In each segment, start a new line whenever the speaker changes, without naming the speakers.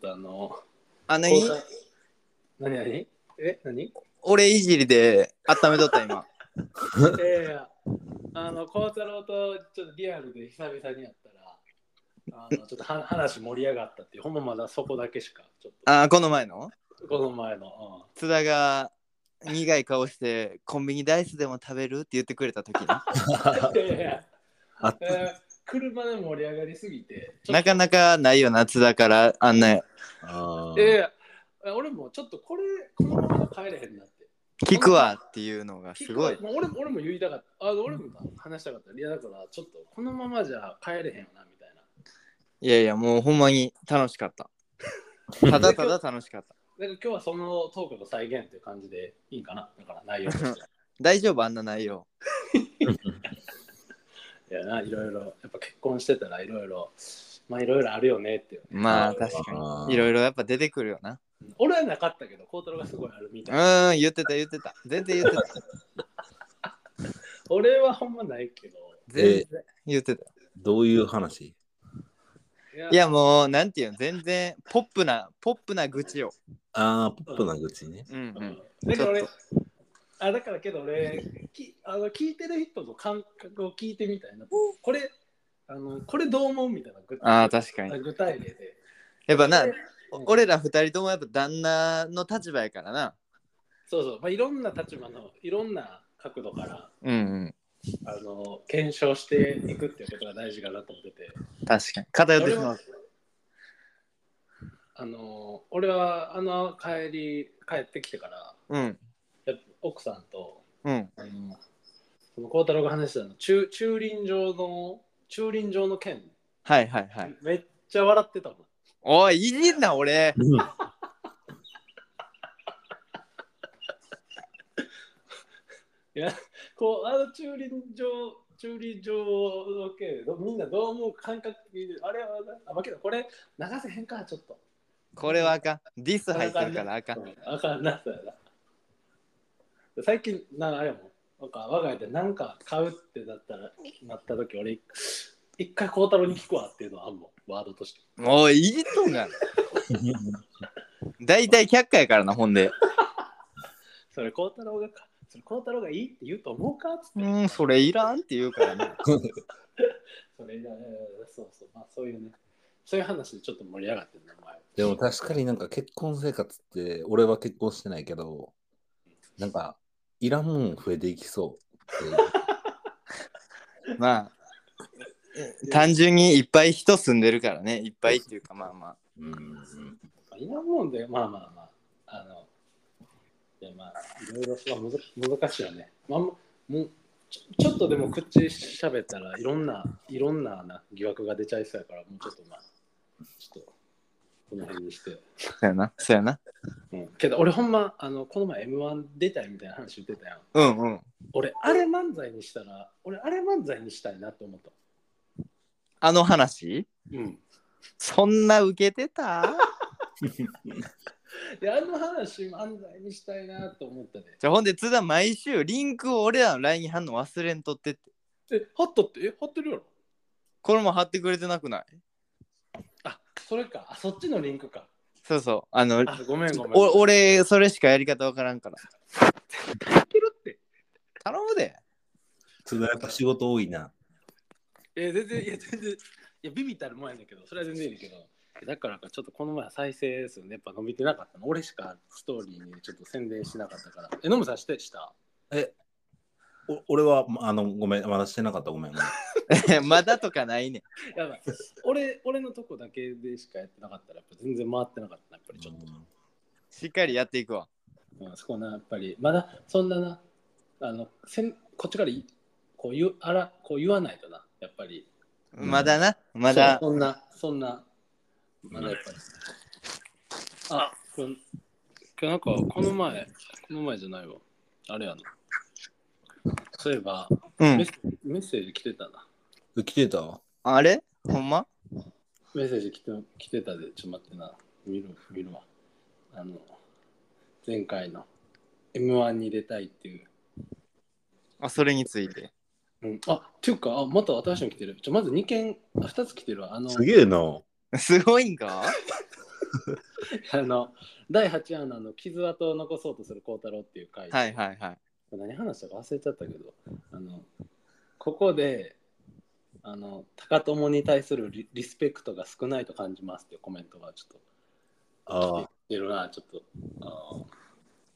とあの、
あ、な
交
に
換何何え何
俺いじりで温めとった今。
いやいやあの、孝太郎とちょっとリアルで久々に会ったら、あのちょっとは話盛り上がったっていう、ほんままだそこだけしか、ちょっ
あー、この前の
と、この 前の。
津田が苦い顔してコンビニダイスでも食べるって言ってくれた時な。
うん、いやいや、
あっ
えー車で盛り上がりすぎて、ちょっと
なかなかないよな、津田からあんな
あー
ええ俺もちょっとこれ、このまま帰れへんなって。
聞くわっていうのがすごい。
もう俺俺も言いたかった。あ俺も話したかった。いやだから、ちょっとこのままじゃ帰れへんよな、みたいな。
いやいや、もうほんまに楽しかった。ただただ楽しかった。
なんか今日はそのトークの再現っていう感じでいいかな。だから内容として。
大丈夫あんな内容。
いや な、いろいろ、やっぱ結婚してたらいろいろ、まあいろいろあるよねっていう。
まあ
俺は
確か
あー
に。いろいろやっぱ出てくるよな。
俺はなかったけど、孝太郎がすごいあるみ
う
たいな。
ーん、言ってた言ってた。全然言ってた。
俺はほんまないけど。
全然言ってた。
どういう話
いや
いやもう、なんていうの、全然ポップな、ポップな愚痴を。
ああ、ポップな愚 痴ね。
うんうん。
だから
ち
俺
ょっ、
あだからけど俺、きあの聞いてる人の感覚を聞いてみたいな。これ、あのこれどう思うみたいな具
ああ、確かに。
具体例で。
やっぱな
うん、
俺ら二人ともやっぱ旦那の立場やからな。
そうそう、まあ、いろんな立場のいろんな角度から
うん
あの検証していくっていうことが大事かなと思ってて。
うん。確かに。偏ってしまう。
あの俺はあの帰り帰ってきてから
うん。
やっぱ奥さんと
うん。
あのその孝太郎が話してたの駐駐輪場の駐輪場の件、
はいはいはい。
めっちゃ笑ってたもん。
おい、いじんな、俺。
こうあの駐輪場駐輪場の件どみんなどう思う感覚的にあれはあまあけどこれ流せへんかちょっと。
これはあかん。ディス入ってるからあかん。
うんあかんな、そうやな。最近、なんかあれやもん、なんか我が家でなんか買うってなったら、なった時俺、一回孝太郎に聞くわっていうのはあんもん、ワードとして。
おい、いじっとんが。大体100回やからな、ほんで。
それ孝太郎が、それ孝太郎がいいって言うと思うかっつって。
うん、それいらんって言うからね。
それいやいやいやそうそう、まあそういうね、そういう話でちょっと盛り上がってるな、お前。
でも確かになんか結婚生活って、俺は結婚してないけど、なんか、いらんもん増えていきそう っていう。
まあ、単純にいっぱい人住んでるからね。いっぱいっていうか、まあまあ。
うん
まあ今もんで、まあまあまあ、あの、でまあ、いろいろそうむず難しいよね。まあ、ももちょちょっとでも口しゃべったらいろんな、いろんなな疑惑が出ちゃいそうやから、もうちょっとまあ、ちょっと、この辺にして。
そうやな、そうやな。
うん、けど俺ほんま、あの、この前 M1 出たいみたいな話言ってたやん。
うんうん。
俺、あれ漫才にしたら、俺、あれ漫才にしたいなと思った。
あの話
うん。
そんな受けてた
で、あの話漫才にしたいなと思ったで、
じゃあほんで津田毎週リンクを俺らの LINE に貼んの忘れんとってって
え、貼ったって、え、貼ってるやろ
これも貼ってくれてなくない
あ、それか。あ、そっちのリンクか。
そうそうあの
あ、ごめんごめん。
お俺それしかやり方わからん から
やってるって。
頼むで
津田やっぱ仕事多いな。
え全然、いや、全然、いや、ビビったるもんやねんけど、それは全然いいけど。だからか、ちょっとこの前再生数ね、やっぱ伸びてなかったの。俺しかストーリーにちょっと宣伝しなかったから。え、飲むさんしてした
え、お俺は、まあの、ごめん、まだしてなかった、ごめん。ごめん
まだとかないね
やばい。俺、俺のとこだけでしかやってなかったら、やっぱ全然回ってなかったな、やっぱりちょっと。
しっかりやっていくわ
うん、そこな、やっぱり、まだ、そんなな、あの、せんこっちからい、こう言う、あら、こう言わないとな、やっぱり。
うん
まだなまだ
そうそんな、そんな、まだやっぱり。あ、こん今日なんか、この前、この前じゃないわ。あれやな。そういえば、
う
メッ
ん
セメッセージ来てたな。
え来てた
あれほんま
メッセージ来て来てたで、ちょっと待ってな。見る、見るわ。あの、前回の M1 に出たいっていう。
あそれについて
うん、あ、っていうか、あ、また新しいの来てる。ちょ、まず2件、あ2つ来てるわ。あの、
すげえな。
すごいんか
あの第8話のあの傷跡を残そうとする孝太郎っていう回、
はいはいはい。
何話したか忘れちゃったけどあのここであの高友に対するリリスペクトが少ないと感じますっていうコメントがちょっ
あ
と
あ、
出るなちょっとあの、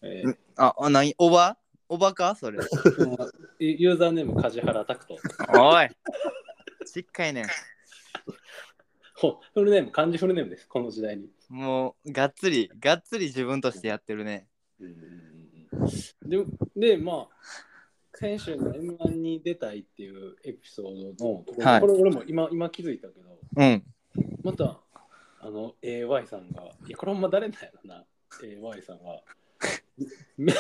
え
んあ、あ、何おばおばかそれ。
ーもうユーザーネーム梶原拓人
おい。 しっかいねん。
ほフルネーム漢字フルネームですこの時代に、
もう、がっつり、がっつり自分としてやってるね。
ででまあ先週の m 1に出たいっていうエピソードのところ、
はい
これ俺も今今気づいたけど
うん。
またあの AY さんがいやこれほんま誰だよな AY さん はみ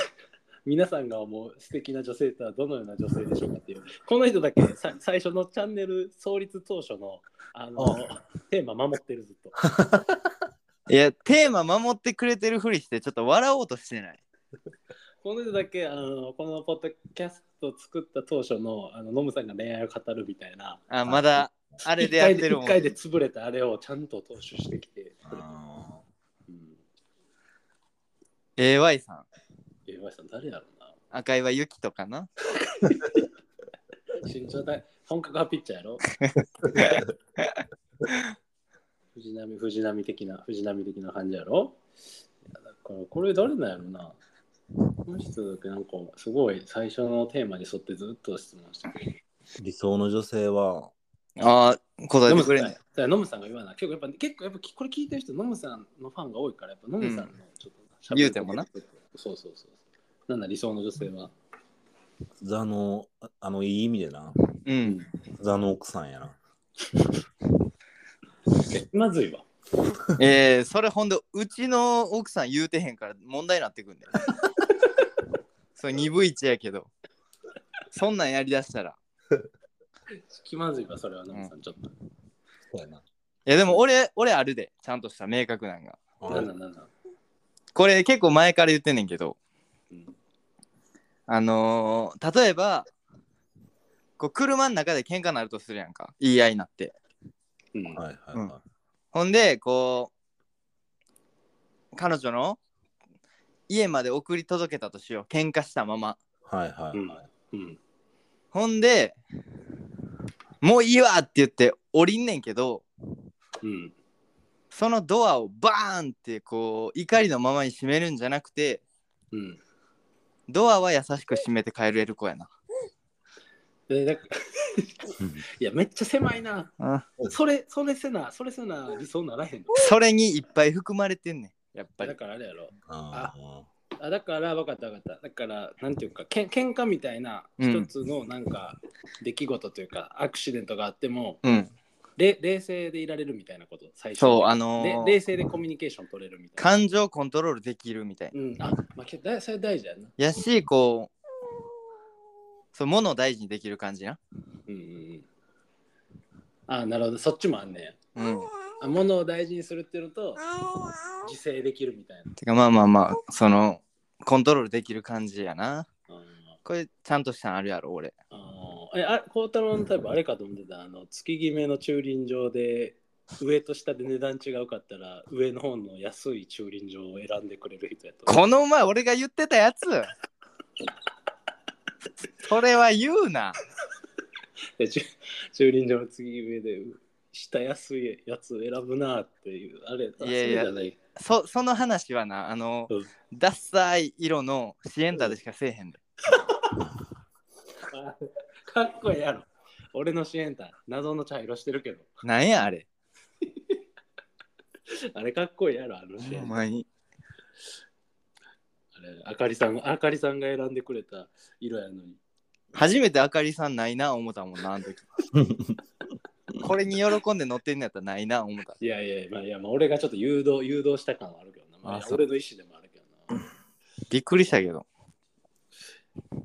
皆さんが思う素敵な女性とはどのような女性でしょうかっていうこの人だけさ最初のチャンネル創立当初のあのテーマ守ってるずっと
いや、テーマ守ってくれてるふりして、ちょっと笑おうとしてない。
この人だけあのこのポッドキャストを作った当初のあのノムさんが恋愛を語るみたいな
あ、まだ、あ
あ
れでやってるもん。
1回で潰れたあれをちゃんと投手してきて、
あ
うん、
AY さん。
え岩井さん誰やろう
赤いはユキとかな。
な身長大本格派ピッチャーやろ 藤波藤波的な藤波的な感じやろいやだからこれ誰なんやろうなこの人だけなんかすごい最初のテーマに沿ってずっと質問してくれる
ー理想の女性は、
ああ、答
ノ
えて
ム
く
さん
れ
だ
ない
か。らノムさんが言わない。結構やっぱ、結構やっぱこれ聞いてる人、ノムさんのファンが多いから、やっぱノムさんのちょっと、
うん言うてもな。
そうそうそう。なんだ、理想の女性は。
座の、ああの、いい意味でな、
うん。
座の奥さんやな。
えまずいわ。
えー、それほんで、うちの奥さん言うてへんから問題になっ てくんだよ。それ鈍いちやけど。そんなんやりだしたら。
気まずいわ、それはノムさん、ちょっと。
そうやな。
いやでも俺、俺あるで。ちゃんとした明確なんが。
あ
なんだ、なんだ。
これ結構前から言ってんねんけど、
うん
あのー、例えば、こう車の中で喧嘩になるとするやんか。言い合いになって。
うん。
はいはいは
ほんで、こう、彼女の家まで送り届けたとしよう。喧嘩したまま。
い。はいは
う
い
ん
はい。
うん。
ほんで、もういいわって言って降りんねんけど、
うん。
そのドアをバーンってこう怒りのままに閉めるんじゃなくて、
うん。
ドアは優しく閉めて帰れる子やな。
で、なんかいや、めっちゃ狭いな。
うん
それ、それせな、それせな、理想ならへんの。
それにいっぱい含まれてんねん。やっぱ
だ
り。
からあれやろ。
ああ。
あだから分かった分かっただからなんていうかけん喧嘩みたいな
うん
一つのなんか出来事というか、アクシデントがあっても
うん。
れ冷静でいられるみたいなこと最初
そう、あのー
で冷静でコミュニケーション取れるみたいな
感情コントロールできるみたいな。
うんあ、まあ、けだそれ大事やな
やし、こう、そう、物を大事にできる感じな。
うんうんうんあなるほどそっちもあんねや
うん。
あ物を大事にするっていうのと自制できるみたい
てかまあまあまあ、その、コントロールできる感じやな。
な、うん、
これ、ちゃんとしたんあるやろ、俺。
あーえあ孝太郎のタイプあれかと思ってたあの月決めの駐輪場で上と下で値段違うかったら上の方の安い駐輪場を選んでくれる人やと思う
この前俺が言ってたやつそれは言うな
で 駐駐輪場の月決めで下安いやつ選ぶなっていうあれあ
いやいや
そうじゃない
そその話はなあの、
うん
ダッサい色のシエンダでしかせえへんで、
あかっこいいやろ俺の支援隊謎の茶色してるけど
なんやあれ
あれかっこいいやろあの支
お
援隊
前に
あれあかりさんあかりさんが選んでくれた色やのに
初めてあかりさんないな思ったもんなあの時これに喜んで乗ってんのやったらないな思った
いやいや、まあ、いやまあ俺がちょっと誘導誘導した感はあるけどな、まあ
あ
いや
そう
俺の意思でもあるけどな。
びっくりしたけど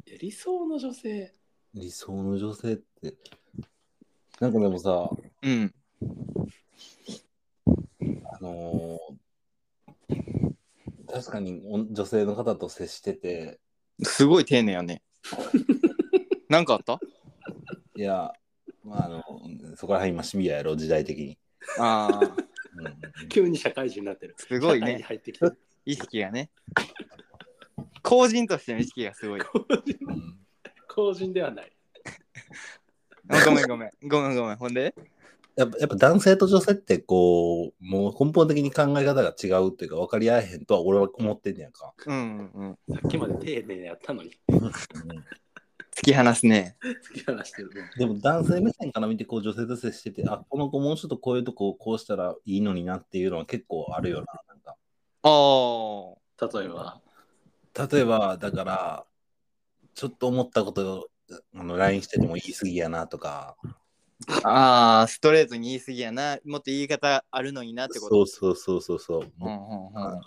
いや理想の女性、
理想の女性って、なんかでもさ、
うん
あのー確かにお女性の方と接してて、
すごい丁寧やねなんかあった
いや、まあ、あの、そこら辺今シビアやろ、時代的に。
あー
うんうん
急に社会人になってる。
すごい
社会に
ね、
入ってきてる。
意識がね。個人としての意識がすごい。
うん
公人ではない。
ごめんごめん。ごめんごめん。ほんで
やっぱやっぱ男性と女性ってこう、もう根本的に考え方が違うっていうか分かり合えへんとは俺は思ってんねやんか。
うんうんうん。
さっきまで丁寧にやったのに、
突き放すね。
突き放してる。
でも男性目線から見てこう女性と接してて、あ、この子もうちょっとこういうとここうしたらいいのになっていうのは結構あるよな。なんか
ああ。
例えば、
例えば、だから、ちょっと思ったことあの LINE してても言い過ぎやなとか、
ああ、ストレートに言い過ぎやな。もっと言い方あるのになってこと。
そうそうそうそうそう、
うんうんうん。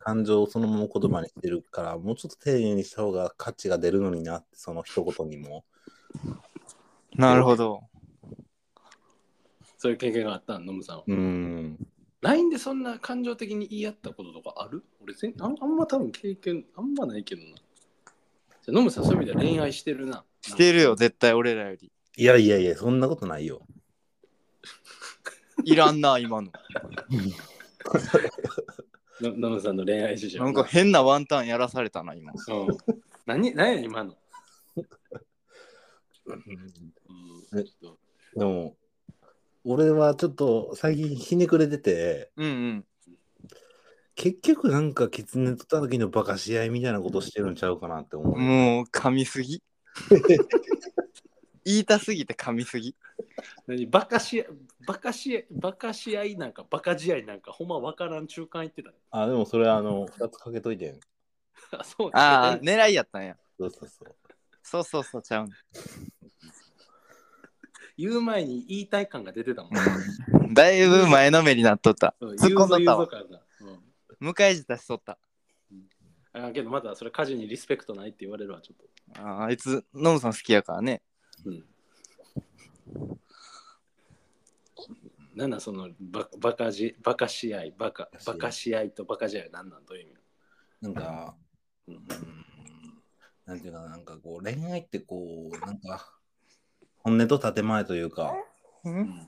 感情をそのまま言葉にしてるから、もうちょっと丁寧にした方が価値が出るのになって、その一言にも。
なるほど。
そういう経験があったの、ノムさんは。
うん。
LINE でそんな感情的に言い合ったこととかある俺全あん、あんま多分経験、あんまないけどな。じゃあノムさん、そういう意味では恋愛してるな。
してるよ、絶対俺らより。
いやいやいや、そんなことないよ。
いらんな、今の。
ノノムさんの恋愛事情。
なんか変なワンタンやらされたな、今。
うん。何、何や、今の。うん
えでも、俺はちょっと最近ひねくれてて、
うんうん。
結局なんか狐とた時のバカし合いみたいなことしてるんちゃうかなって思う。
もう噛みす ぎ。言いたすぎて噛みすぎ。
何バカし、バカし、バカし合いなんか、バカ試合なんか、ほんまわからん中間行ってた。
あ、でもそれあの、2つかけといてん。
あ、そう
ああ、 狙いやったんや。
そうそうそう。
そうそうそうちゃうん。
言う前に言いたい感が出てたもん。
だいぶ前のめりなっとった。
うん
突っ込んどっ
言うぞ言
たわ
うぞ感が
向かい舌しとった。
うん、あけどまだそれ家事にリスペクトないって言われるわちょっ
あーあいつ、ノムさん好きやからね。
と。うん。なんだそのババカじバカ試合バカバカ試合とバカ試合なんなんという
なんか、
意味。うん
うーんなんていうかな、なんかこう、恋愛ってこう、なんか、本音と建前というか、
うん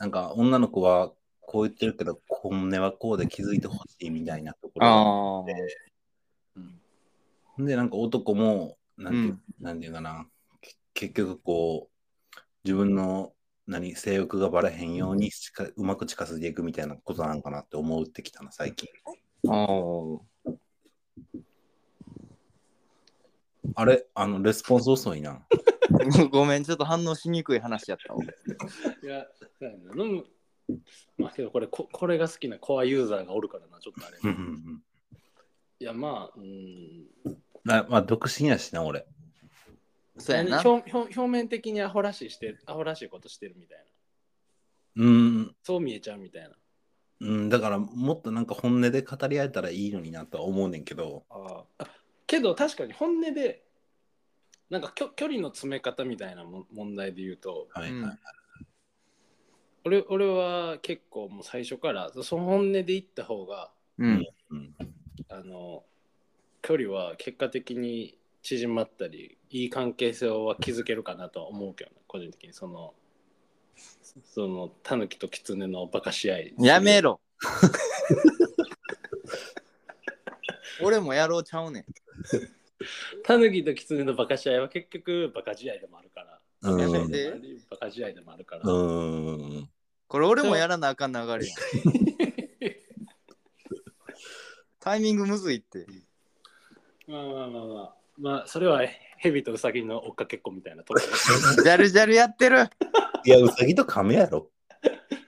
なんか女の子はこう言ってるけど、本音はこうで気づいてほしいみたいなところが
ああ。
うん
で、なんか男も、なんていう,、
うん
なんていうかな、け結局こう、自分の何性欲がバレへんようにしかうまく近づいていくみたいなことなんかなって思うってきたな、最近。
あ
あれ、あの、レスポンス遅い な。
あ。 ごめん、ちょっと反応しにくい話やったわ。
いや、そうやな飲む。まあけどこれここれが好きなコアユーザーがおるからなちょっとあれ。
うんうんうん
いやまあうん
なまあ、独身やしな、俺。
そうやな。
表表表面的にアホらしいしてアホらしいことしてるみたいな
うん、
そう見えちゃうみたいな。
うん、だからもっとなんか本音で語り合えたらいいのになとは思うねんけど、
あけど確かに本音でなんかきょ距離の詰め方みたいなも問題で言うと
はい
うん
はい
俺俺は結構もう最初からその本音で言った方が
うん。
うん
あの距離は結果的に縮まったりいい関係性は築けるかなとは思うけどね個人的にそのそのタヌキとキツネのバカし合い
やめろ。 俺もやろうちゃうねん。
タヌキとキツネのバカし合いは結局バカ試合でもあるから
うん
や
う
め
ん
て
バカ試合でもあるから、
うん
これ俺もやらなあかん流れやん。タイミングむずいって。
まあまあまあまあ、まあ、それはヘビとウサギの追っかけっこみたいなと こ
ジャルジャルやってる。も
いや、うさぎと亀やろ。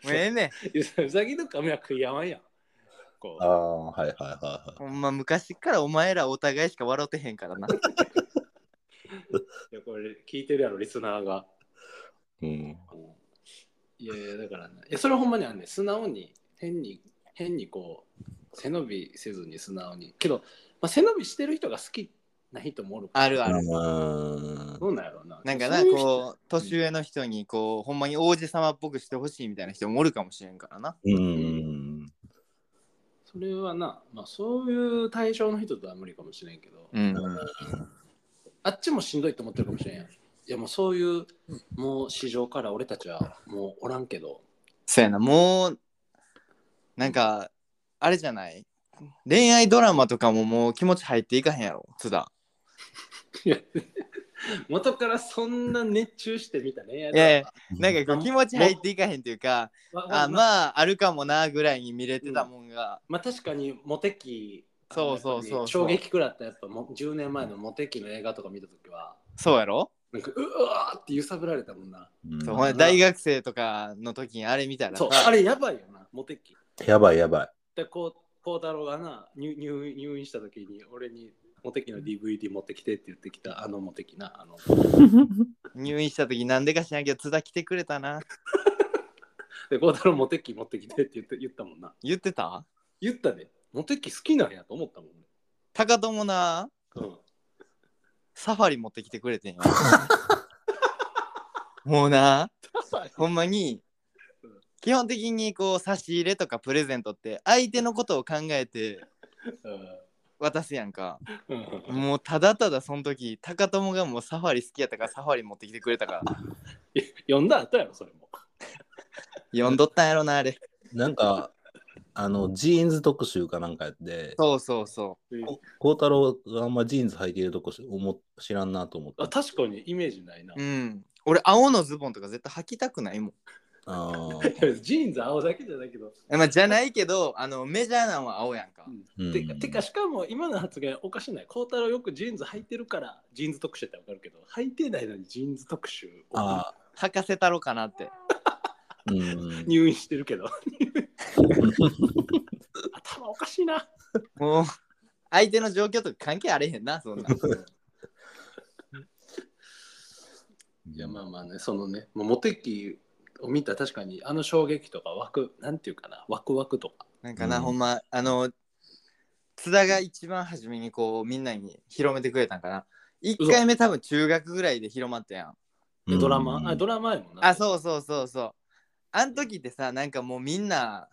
うええねん。
ウサギとカメは食い合わんやん。こ
ああ、はいはいはいはい。
ほんま昔からお前らお互いしか笑ってへんからな。
ういやこれ聞いてるやろ、リスナーが。
うん、
いやいや、だからな。いや、それはほんまにあんねん素直に、変に、変にこう、背伸びせずに素直に。けど、まあ、背伸びしてる人が好きな人もおるから。
あるある。
うん
どうなんやろうな。
なんかな、こう、年上の人に、こう、ほんまに王子様っぽくしてほしいみたいな人もおるかもしれんからな。
うん
う。それはな、まあそういう対象の人とは無理かもしれんけど。
うん。
あっちもしんどいと思ってるかもしれんやん。いやもうそういう、もう市場から俺たちはもうおらんけど、
そうやな、もう、なんかあれじゃない恋愛ドラマとかももう気持ち入っていかへんやろ津田
元からそんな熱中してみたね。
いやいや
うん
なんかこう気持ち入っていかへんっていうか
ま
あ
あまあ、
まああるかもなぐらいに見れてたもんが、
まあ確かにモテ期、
そうそうそうそう
やっぱり衝撃食らったやっぱも10年前のモテ期の映画とか見たときは、
そうやろ、
なんかうわーって揺さぶられたもんな。
うん
そうほんで大学生とかの時にあれ見たら
そう、
さ
あれやばいよな、モテ期。
やばいやばい。
で、こう、こうだろうがな、入入入院したときに俺にモテ期の DVD 持ってきてって言ってきたあのモテ期な、あの。
入院した時なんでか知らんけど津田来てくれたな
で、こうだろうモテ期持ってきてって言って言ったもんな。
言ってた
言ったで、モテ期好きなんやと思ったもん
高友な
俺。うん
サファリ持ってきてくれてんよ もうなほんまに
うん
基本的にこう差し入れとかプレゼントって相手のことを考えて渡すやんか
うんうん
もうただただその時高友がもうサファリ好きやったからサファリ持ってきてくれたから
呼んだ後やろ、それも。
呼んどったんやろなあれ
なんか、あの、ジーンズ特集かなんかやって、
そうそうそ
こ孝太郎があんまジーンズ履いてるとこし思っ知らんなと思った
あ。確かにイメージないな。
ううん俺青のズボンとか絶対履きたくないもん
ああ。
ジーンズ青だけじゃないけど。
え、まあ、じゃないけどあのメジャーなんは青やんか
うん
ててか、しかも今の発言おかしない。孝太郎よくジーンズ履いてるからジーンズ特集ってわかるけど、履いてないのにジーンズ特集を
あ
履かせたろかなって
ーうん。
入院してるけど。 頭おかしいな。
もう相手の状況とか関係あれへんなそんなん
いやまあまあね、そのね、もうモテ期を見た確かにあの衝撃とかワク、なんていうかな、ワクワクとか。
なんかな、
うん
ほんまあの津田が一番初めにこうみんなに広めてくれたんかな1回目多分中学ぐらいで広まったやん
でドラマ、
うん
あドラマやもんな。
あそうそうそうそうあん時ってさなんかもうみんな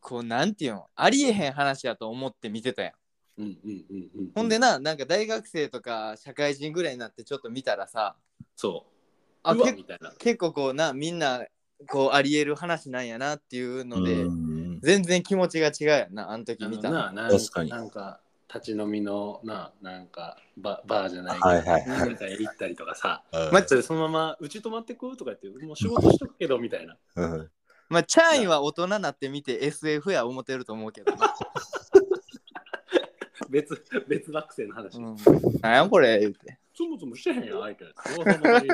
こうなんていうのありえへん話やと思って見てたやん
う。うんうんうんうん。
ほんで。ななんか大学生とか社会人ぐらいになってちょっと見たらさ
そう。
あ
うわ
け
みたいな。
結構こうなみんなこうありえる話なんやなっていうので、
うん
全然気持ちが違うやんなあの時
あの
見た
ななん
確かに
なんか立ち飲みのななんかババーじゃないけど、
はいはいはい
なんか行ったりとかさ
うん
まあち
それでそのままうち泊まってくとか言ってもう仕事しとくけどみたいな
うん
まあ、チャーインは大人になってみて SF や思ってると思うけど な。
別別学生の話、
うん、なんやこれ言うて。
そもそもしてへんやん相手そもそもに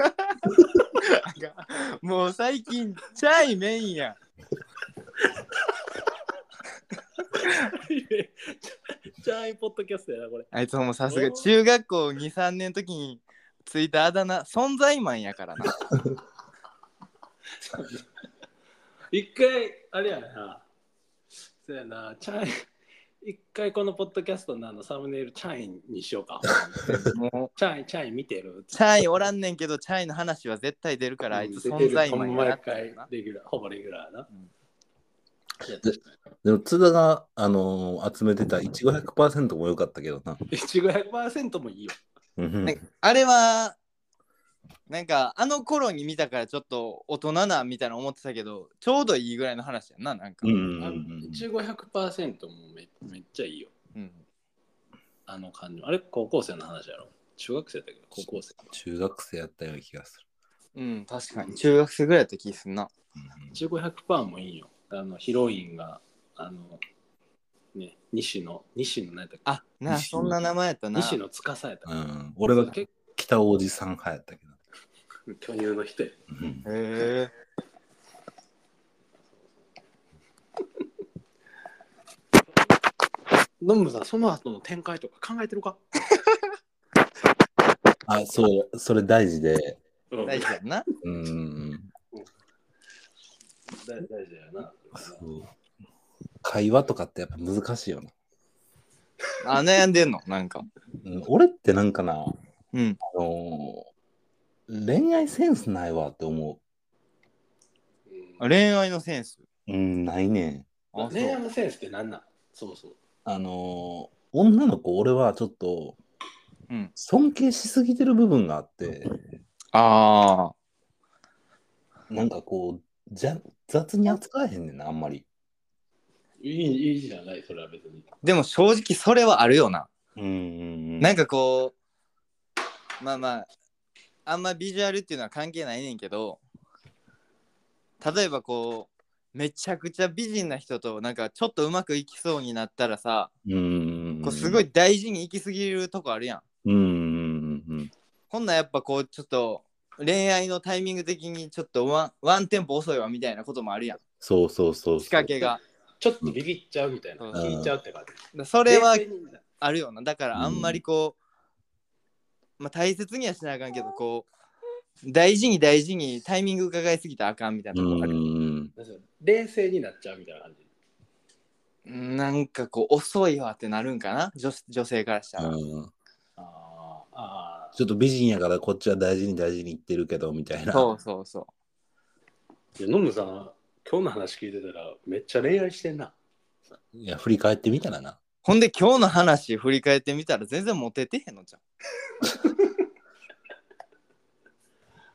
もう最近、チャーインメインやん。
じゃあ iPod キャストやなこれ
あいつもさすが中学校2、3年の時についたあだ名、存在マンやからな。
一回あれやなそうやなチャイ一回このポッドキャストのあのサムネイルチャインにしようか
もう、
チャインチャイン見てる
チャーインおらんねんけど、チャーインの話は絶対出るから、あいつ存在マンやな
毎
って
回
な。
レギュラー、ほぼレギュラーな。
うん
いや確か
でも津田が、あのー集めてたいちご100%も良かったけどな。
にいちご100%もいいよ。
うん
なんかあれは、なんかあの頃に見たからちょっと大人なみたいな思ってたけど、ちょうどいいぐらいの話やんな、なんか。
うんうんう
あ
ん
いちご100%もめめっちゃいいよ。
うん
あの感じ。あれ、高校生の話やろ。中学生だけど、高校生。
中学生やったような気がする。
うん、確かに。中学生ぐらいやった気すんな。
いちご100%もいいよ。あのヒロインが、あの、ね、西野、西野何やったっけ
あ、なあ、
西
そん
野
な名前やったな。
西野司やったっけ
うんうん俺は
結
北おじさん派やったけど。
構巨乳の人や
うん
へえ。
ノムさん、その後の展開とか考えてるか、
あ、そう、それ大事で。
うん、
大事
だ
やんな。
うん
大事だよな。
そう会話とかってやっぱ難しいよな。
あ、悩んでんのなんか。
うん俺ってなんかな、あ
うん。
のー恋愛センスないわって思
うん
恋愛のセンス。
う。うん、ないねん。
あ、そ
恋愛
う。
のセンスって何なんそうそう。
あのー女の子、俺はちょっと
うん。
尊敬しすぎてる部分があって、
ああ。
なんかこう、じゃ雑に扱えへんねんな、あんまり。
いいいいじゃない、それは別に。
でも正直それはあるよな。
うんうん
なんかこう、まあまあ、あんまビジュアルっていうのは関係ないねんけど、例えばこう、めちゃくちゃ美人な人となんかちょっとうまくいきそうになったらさ、
うん
こうすご
い。
い大事にいきすぎるとこあるやん。
うんうんうん
こんなんやっぱこうちょっと恋愛のタイミング的にちょっとワンワンテンポ遅いわみたいなこともあるやん。
そうそうそうそう。
仕掛けが。
ちょっとビビっちゃうみたいな。
うん
聞いちゃうって感じ。
だそれは
冷静に
あるよな。だからあんまりこう、まあ大切にはしなあかんけど、こう、大事に大事にタイミング伺いすぎたらあかんみたいな
う
とこ
ん
ある。
うん
なんか冷静になっちゃうみたいな感じ。
なんかこう、遅いわってなるんかな女女性からしたら。
うん。
あーあ
ちょっと美人やからこっちは大事に大事に言ってるけどみたいな。
そうそうそ
ー。いやノムさん、今日の話聞いてたら、めっちゃ恋愛してんな。
いや、振り返ってみたらな。
う。ほんで今日の話振り返ってみたら全然モテてへんのじゃん。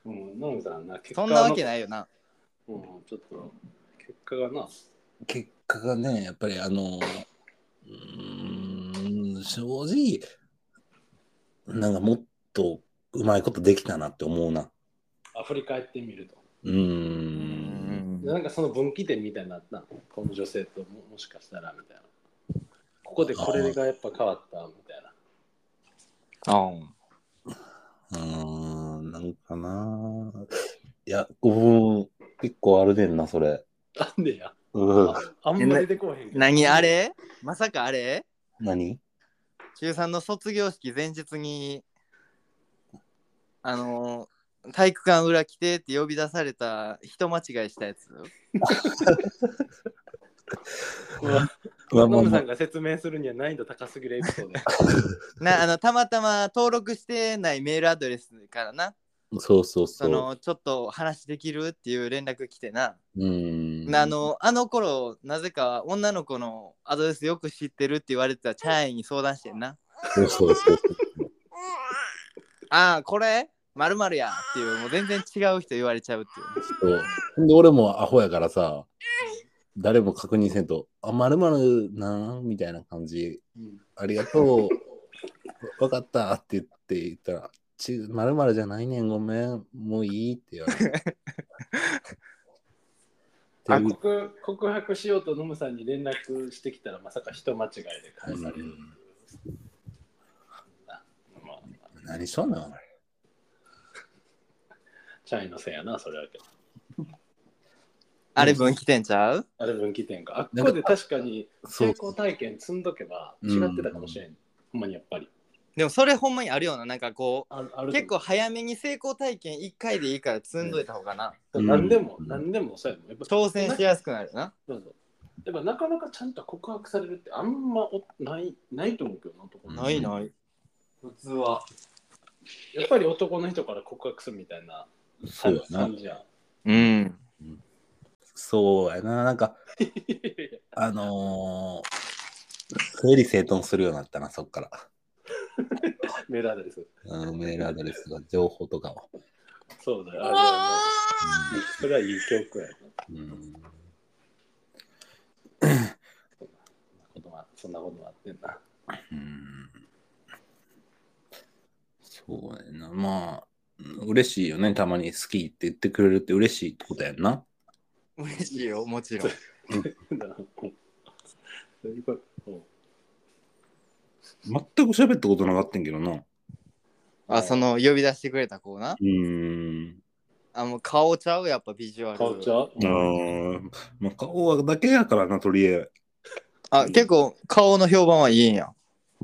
うん、ノムさんな、結
そんなわけ
い。
ないよな。
うん、ちょっと、結果がな。
結果がね、やっぱりあの、うーん、正直、なんかもっとうまいことできたなって思うな。
あ、振り返ってみると。
うー。
うん
でなんかその分岐点みたいになったのこの女性とももしかしたらみたいな。ここでこれがやっぱ変わったみたいな。
あ
うーん、なんかな。いや、こう、結構あるねんな、それ。
なんでや。
うん。
あんまり出てこへんけど。
何あれまさかあれ
何
中3の卒業式前日にあのー体育館裏来てって呼び出された人間違いしたやつ
まあま
ノ
あ
ム
ま
さ
あ
んが説明するには難易度高すぎるエピソードや。
なあのたまたま登録してないメールアドレスからな
そうそ
そ
うそう。
のちょっとお話できるっていう連絡来てな、
うーん。
なあのあの頃なぜか女の子のアドレスよく知ってるって言われてたチャイに相談してんな
そうそうそう。
ああこれまるやっていうもう全然違う人言われちゃうっていう
そうほんで、俺もアホやからさ、誰も確認せんと、あ、まるまるなんみたいな感じ、ありがとう、わかったって言って言ったら、ちまるまるじゃないねん、ごめん、もういいって言われて。
あ告告白しようとノムさんに連絡してきたらまさか人間違いで返される。
うん
あまあ、
何しとんの
チャイのせいやな、それはけど。
あれ分岐点ちゃう
あれ分岐点か。あっこで確かに
そ
成
う。
功体験積んどけば違ってたかもしれん。ほんまにやっぱり。
でもそれほんまにあるようななんかこう
ああると思う
結構早めに成功体験1回でいいから積んどいた方がな、
うん
何でも、
うん
何でもそうやもん。やっぱ
挑戦しやすくなるよな
そうそうやっぱなかなかちゃんと告白されるってあんまおないないと思うけどな男の人
ない
ない普通は
やっぱり男の人から告白するみたいな
そう
感
やな。
じやん。
うん
そうやな。なんか、あのー、整理整頓するようになったな、そっから。
メールアドレス。
うん、メールアドレスとか情報とかを。
そうだよ。あれはもうそれはいい教訓やな。
うん
そんなこともあそんなこともあってん な。
うんそうやな。まあ、うん嬉しいよね。たまに好きって言ってくれるって嬉しいってことやんな。
嬉しいよもちろん
だからもうやっぱりもう
全く喋ったことなかったんやけどな。
あその呼び出してくれた子な
うん。
あもう顔ちゃうやっぱビジュアル
顔ちゃう
あーまあ、顔はだけやからな、とりあえず。
あ結構顔の評判はいいんや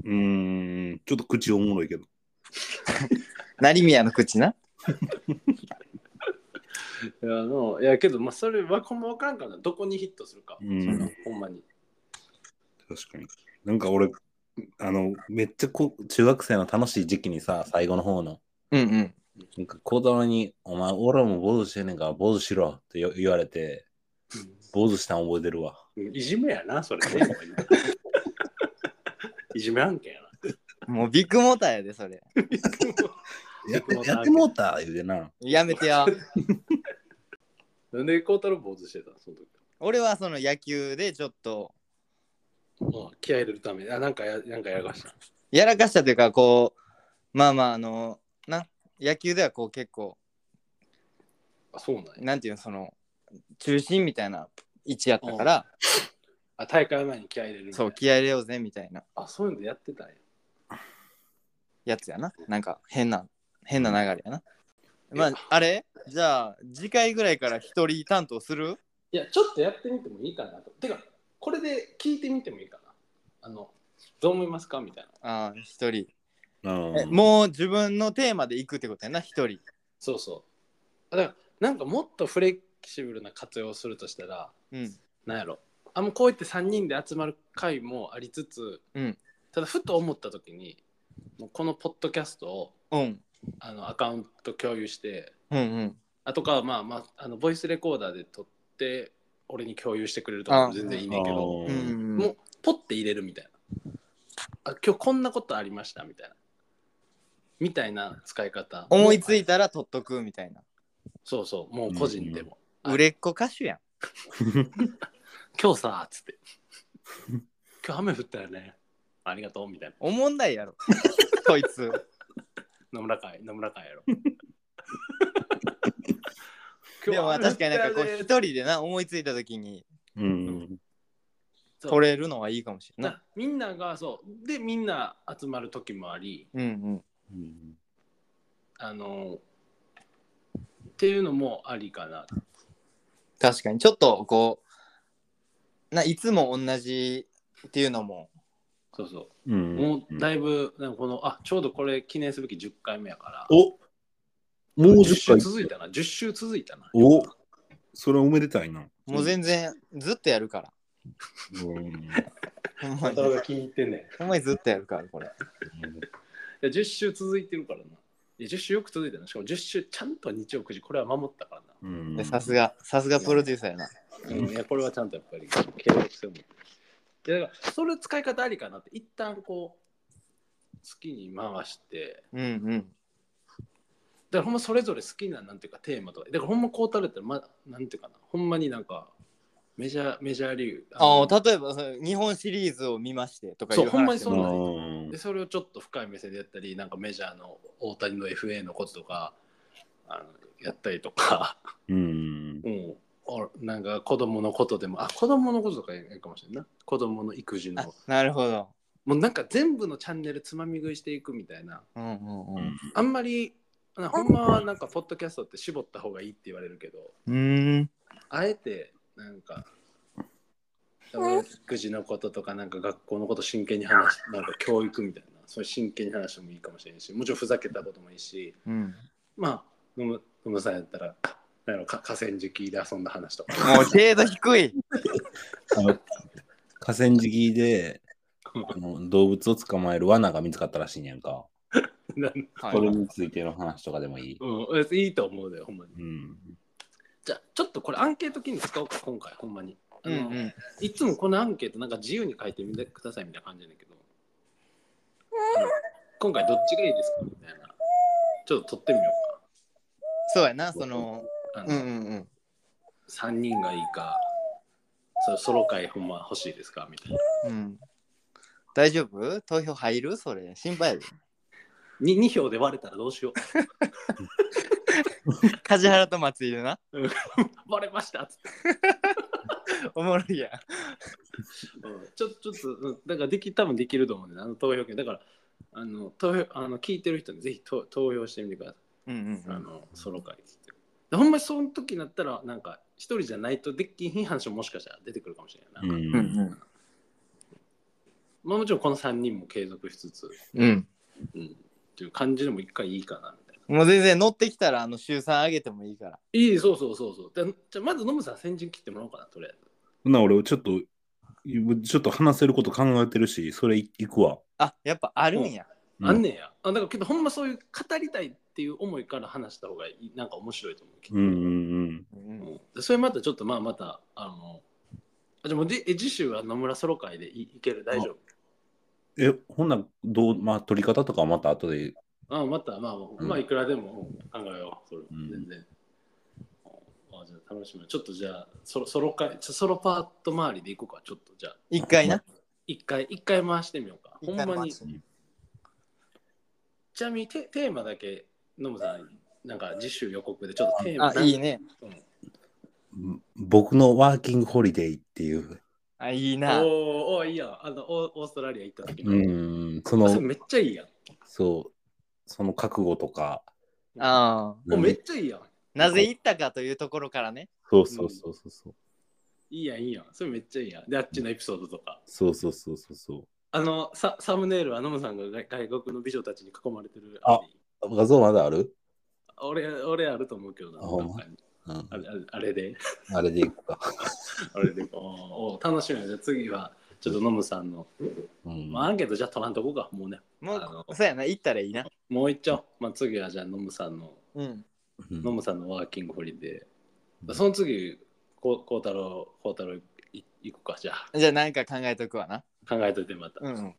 うん。ちょっと口おもろいけど。
成宮の口ない
やあのいやけど、まあ、それはこんま分からんからなどこにヒットするか。
うん
そのほんまに。
確かに。なんか俺、あの、めっちゃこう中学生の楽しい時期にさ、最後の方の、
うんうん
なんか子供に、お前、俺も坊主してんねんから、坊主しろってよ言われて、坊主したん覚えてるわ。
うんいじめやな、それね。いじめ案件やな。
もうビッグモーターやでそれ
やってやってもうた言うてな。
やめてや
なんで孝太郎坊主してたのその時。
俺はその野球でちょっと
もう気合い入れるためにあなんかやなんかやらかした
やらかしたというかこうまあまああのな野球ではこう結構
あそうなんや
なんていうのその中心みたいな位置やったから
あ大会前に気合い入れるみたい
そ
な
う気合い入れようぜみたいな
あそういうのやってたんや
やつやななんか変な変な流れやなまああれじゃあ次回ぐらいから一人担当する
いやちょっとやってみてもいいかなとてかこれで聞いてみてもいいかなあのどう思いますかみたいな
ああ一人
うん
えもう自分のテーマで行くってことやな一人
そうそうあだからなんかもっとフレキシブルな活用をするとしたら
うん
なんやろあもうこうやって3人で集まる会もありつつ、
うん
ただふと思った時にもうこのポッドキャストを
うん
あのアカウント共有して
うんうん
あとかはまあまああのボイスレコーダーで撮って俺に共有してくれるとかも全然いいねんけど、
うんうん
もうポッて入れるみたいなあ今日こんなことありましたみたいなみたいな使い方
思いついたら取っとくみたいな
そうそうもう個人でも、はい
売れっ子歌手やん
今日さっつって 今日雨降ったよねありがとうみたいな
おもんないやろこいつ
野村会野村会やろ
でもまあ確かになんかこう
今日雨降っ
一
たよね
人でな思いついた時に
うん
そう
取れるのはいいかもしれんない
なみんながそうでみんな集まる時もあり
うんうん
うん
あのっていうのもありかな
確かにちょっとこうないつも同じっていうのも
そうそう
うん
もうだいぶ、なんかこのあちょうどこれ記念すべき10回目やから
おもう
10
10
週
回
続いたな10週続いたな
おそれおめでたいな。
もう全然ずっとやるから
うん
ほんまに
渡辺が気に入ってんねんい
ほんまにずっとやるからこれ
や10週続いてるからないや10週よく続いたなしかも10週ちゃんと日曜9時これは守ったから
うん
でさすがさすがプロデューサーやな
な、うん、いやこれはちゃんとやっぱり継続してもいやだからそれ使い方ありかなって一旦こう好きに回して
うんうん
だからほんまそれぞれ好きななんていうかテーマとかだからほんまこうたれたら、ま、なんていうかなほんまになんかメジャーメジャーリーグ
あ
の
あ例えばその日本シリーズを見ましてとかい
そううほんまに
話
そ
も
うなん
うん
でそれをちょっと深い目線でやったりなんかメジャーの大谷の FA のこととかあのやったりとか、
うん
うん、おなんか子供のことでもあ子供のこととかいいかもしれんない子供の育児の
あなるほど
もうなんか全部のチャンネルつまみ食いしていくみたいな
うんうんうん
あんまりなほんまはなんかポッドキャストって絞った方がいいって言われるけど
うーん
あえてなんか俺育児のこととかなんか学校のこと真剣に話しなんか教育みたいなそういう真剣に話してもいいかもしれないしもちろんふざけたこともいいし
うん
まあ、飲む、飲むさんやったら、なんやろか河川敷で遊んだ話と か。
もう程度 低い
あの河川敷であの動物を捕まえる罠が見つかったらしいねんか。
なん
は
それ
い
についての話とかでもいい。
うん、いいと思うで、ほんまに。
うん。
じゃあ、ちょっとこれアンケート機能使おうか、今回、ほんまに。あ
うん
の
うん
いつもこのアンケート、なんか自由に書いてみてくださいみたいな感じやねんけど。あの今回どっちがいいですかみたいな。ちょっと取ってみよ
そうやなその
うか。あ
う
の、
んうんうん
3人がいいか、そソロ会ほんま欲しいですかみたいな。
うん大丈夫投票入るそれ心配やで
に2票で割れたらどう しよ
梶原と松井でな
う。割れましたっつって。
おもろいやん
うんちょちょっとうん、だからでき、多分できると思うんで、あの投票権。だから、あの、投票、あの、聞いてる人にぜひ投投票してみてくださ
うん
い。あの、ソロ会っつって。でほんまにその時になったら、なんか、一人じゃないとできひん話ももしかしたら出てくるかもしれないな。
うん
うんうん
まあもちろんこの3人も継続しつつ、
うん
うん、っていう感じでも一回いいかな、みたいな。
もう全然乗ってきたらあの週3上げてもいいから
いい、そうそうそうそう。でじゃあ、まずノムさん先陣切ってもらおうかな、とりあえず。
ほな俺ちょっと、ちょっと話せること考えてるし、それい行くわ。
あやっぱあるんや
うん
あんねんや。あだから、けどほんまそういう語りたいっていう思いから話した方がいい、なんか面白いと思う。きっと
うんうん
うん
うんそれまたちょっとまあまたあのあじゃあもうじえ次週は野村ソロ会でいいける大丈
うん。え、ほんならどう、まあ、取り方とかはまた後で。
夫あまたまあ、
ん
まあいくらでも考えようそれ
ん
全然、あじゃあ楽しみちょっとじゃあソロソロ会ちょソロパート周りでいこうかちょっとじゃあ
一回な
一回、一回回してみようか。ほ
一
ん
回
ま
回
に。
して
み
ちなみにテテーマだけ、ノムさん、なんか次週予告でちょっとテーマ
あ、いいね。
うん
ん僕のワーキングホリデーっていう、
あ、いいな。
おーおーいいやんあのオーオーストラリア行った時の、
うん、そ
それ
の、
めっちゃいいやん
そう、その覚悟とか、
ああ。
おめっちゃいいやん
なぜ行ったかというところからね。
そうそうそうそうそう、
いいやんいいやんそれめっちゃいいやんであっちのエピソードとか
そうそうそうそうそう
あのササムネイルはノムさんが外外国の美女たちに囲まれてる
ああ画像まだある、
俺俺あると思うけどな
あほんま
なんか
うん
あ、れあれあれで
あれでいく か、
あれでおーおー楽しみやじゃあ次はちょっとノムさんの、
うん
まあ、アンケートじゃあ取らんとこうかもうね
も
あ
う、
の
そうやな、行ったらいいな。
もう一丁、まあ、次はじゃあノムさんの
うん。
うん
ノムさんのワーキングホリデ
う
ー。
ん
その次、こうこうたろう、こうたろうい行くか、じゃあ。
じゃあ、なんか考えとくわな。
考えといてまた。
うん。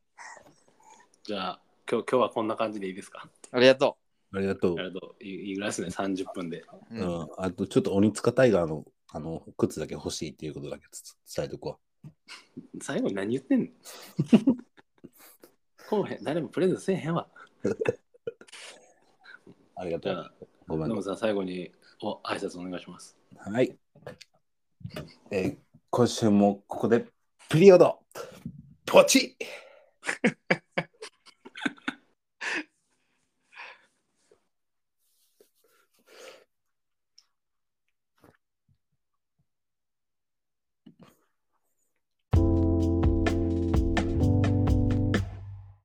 じゃあ今日、今日はこんな感じでいいですか
ありがと
ありがとう
あ。りがとう。いいいぐらいですね、30分で。
う。う
う
ん
ん、あとちょっと鬼塚タイガーのあの靴だけ欲しいっていうことだけつ伝えとこ
最後に何言ってんの こうへん、誰もプレゼントせえへんわ。
う。ありが
じ
と
ゃ
う
あ。、
ごめん
ノムさん、最後にお挨拶お願いします。
はい。えー今週もここでピリオドポチッ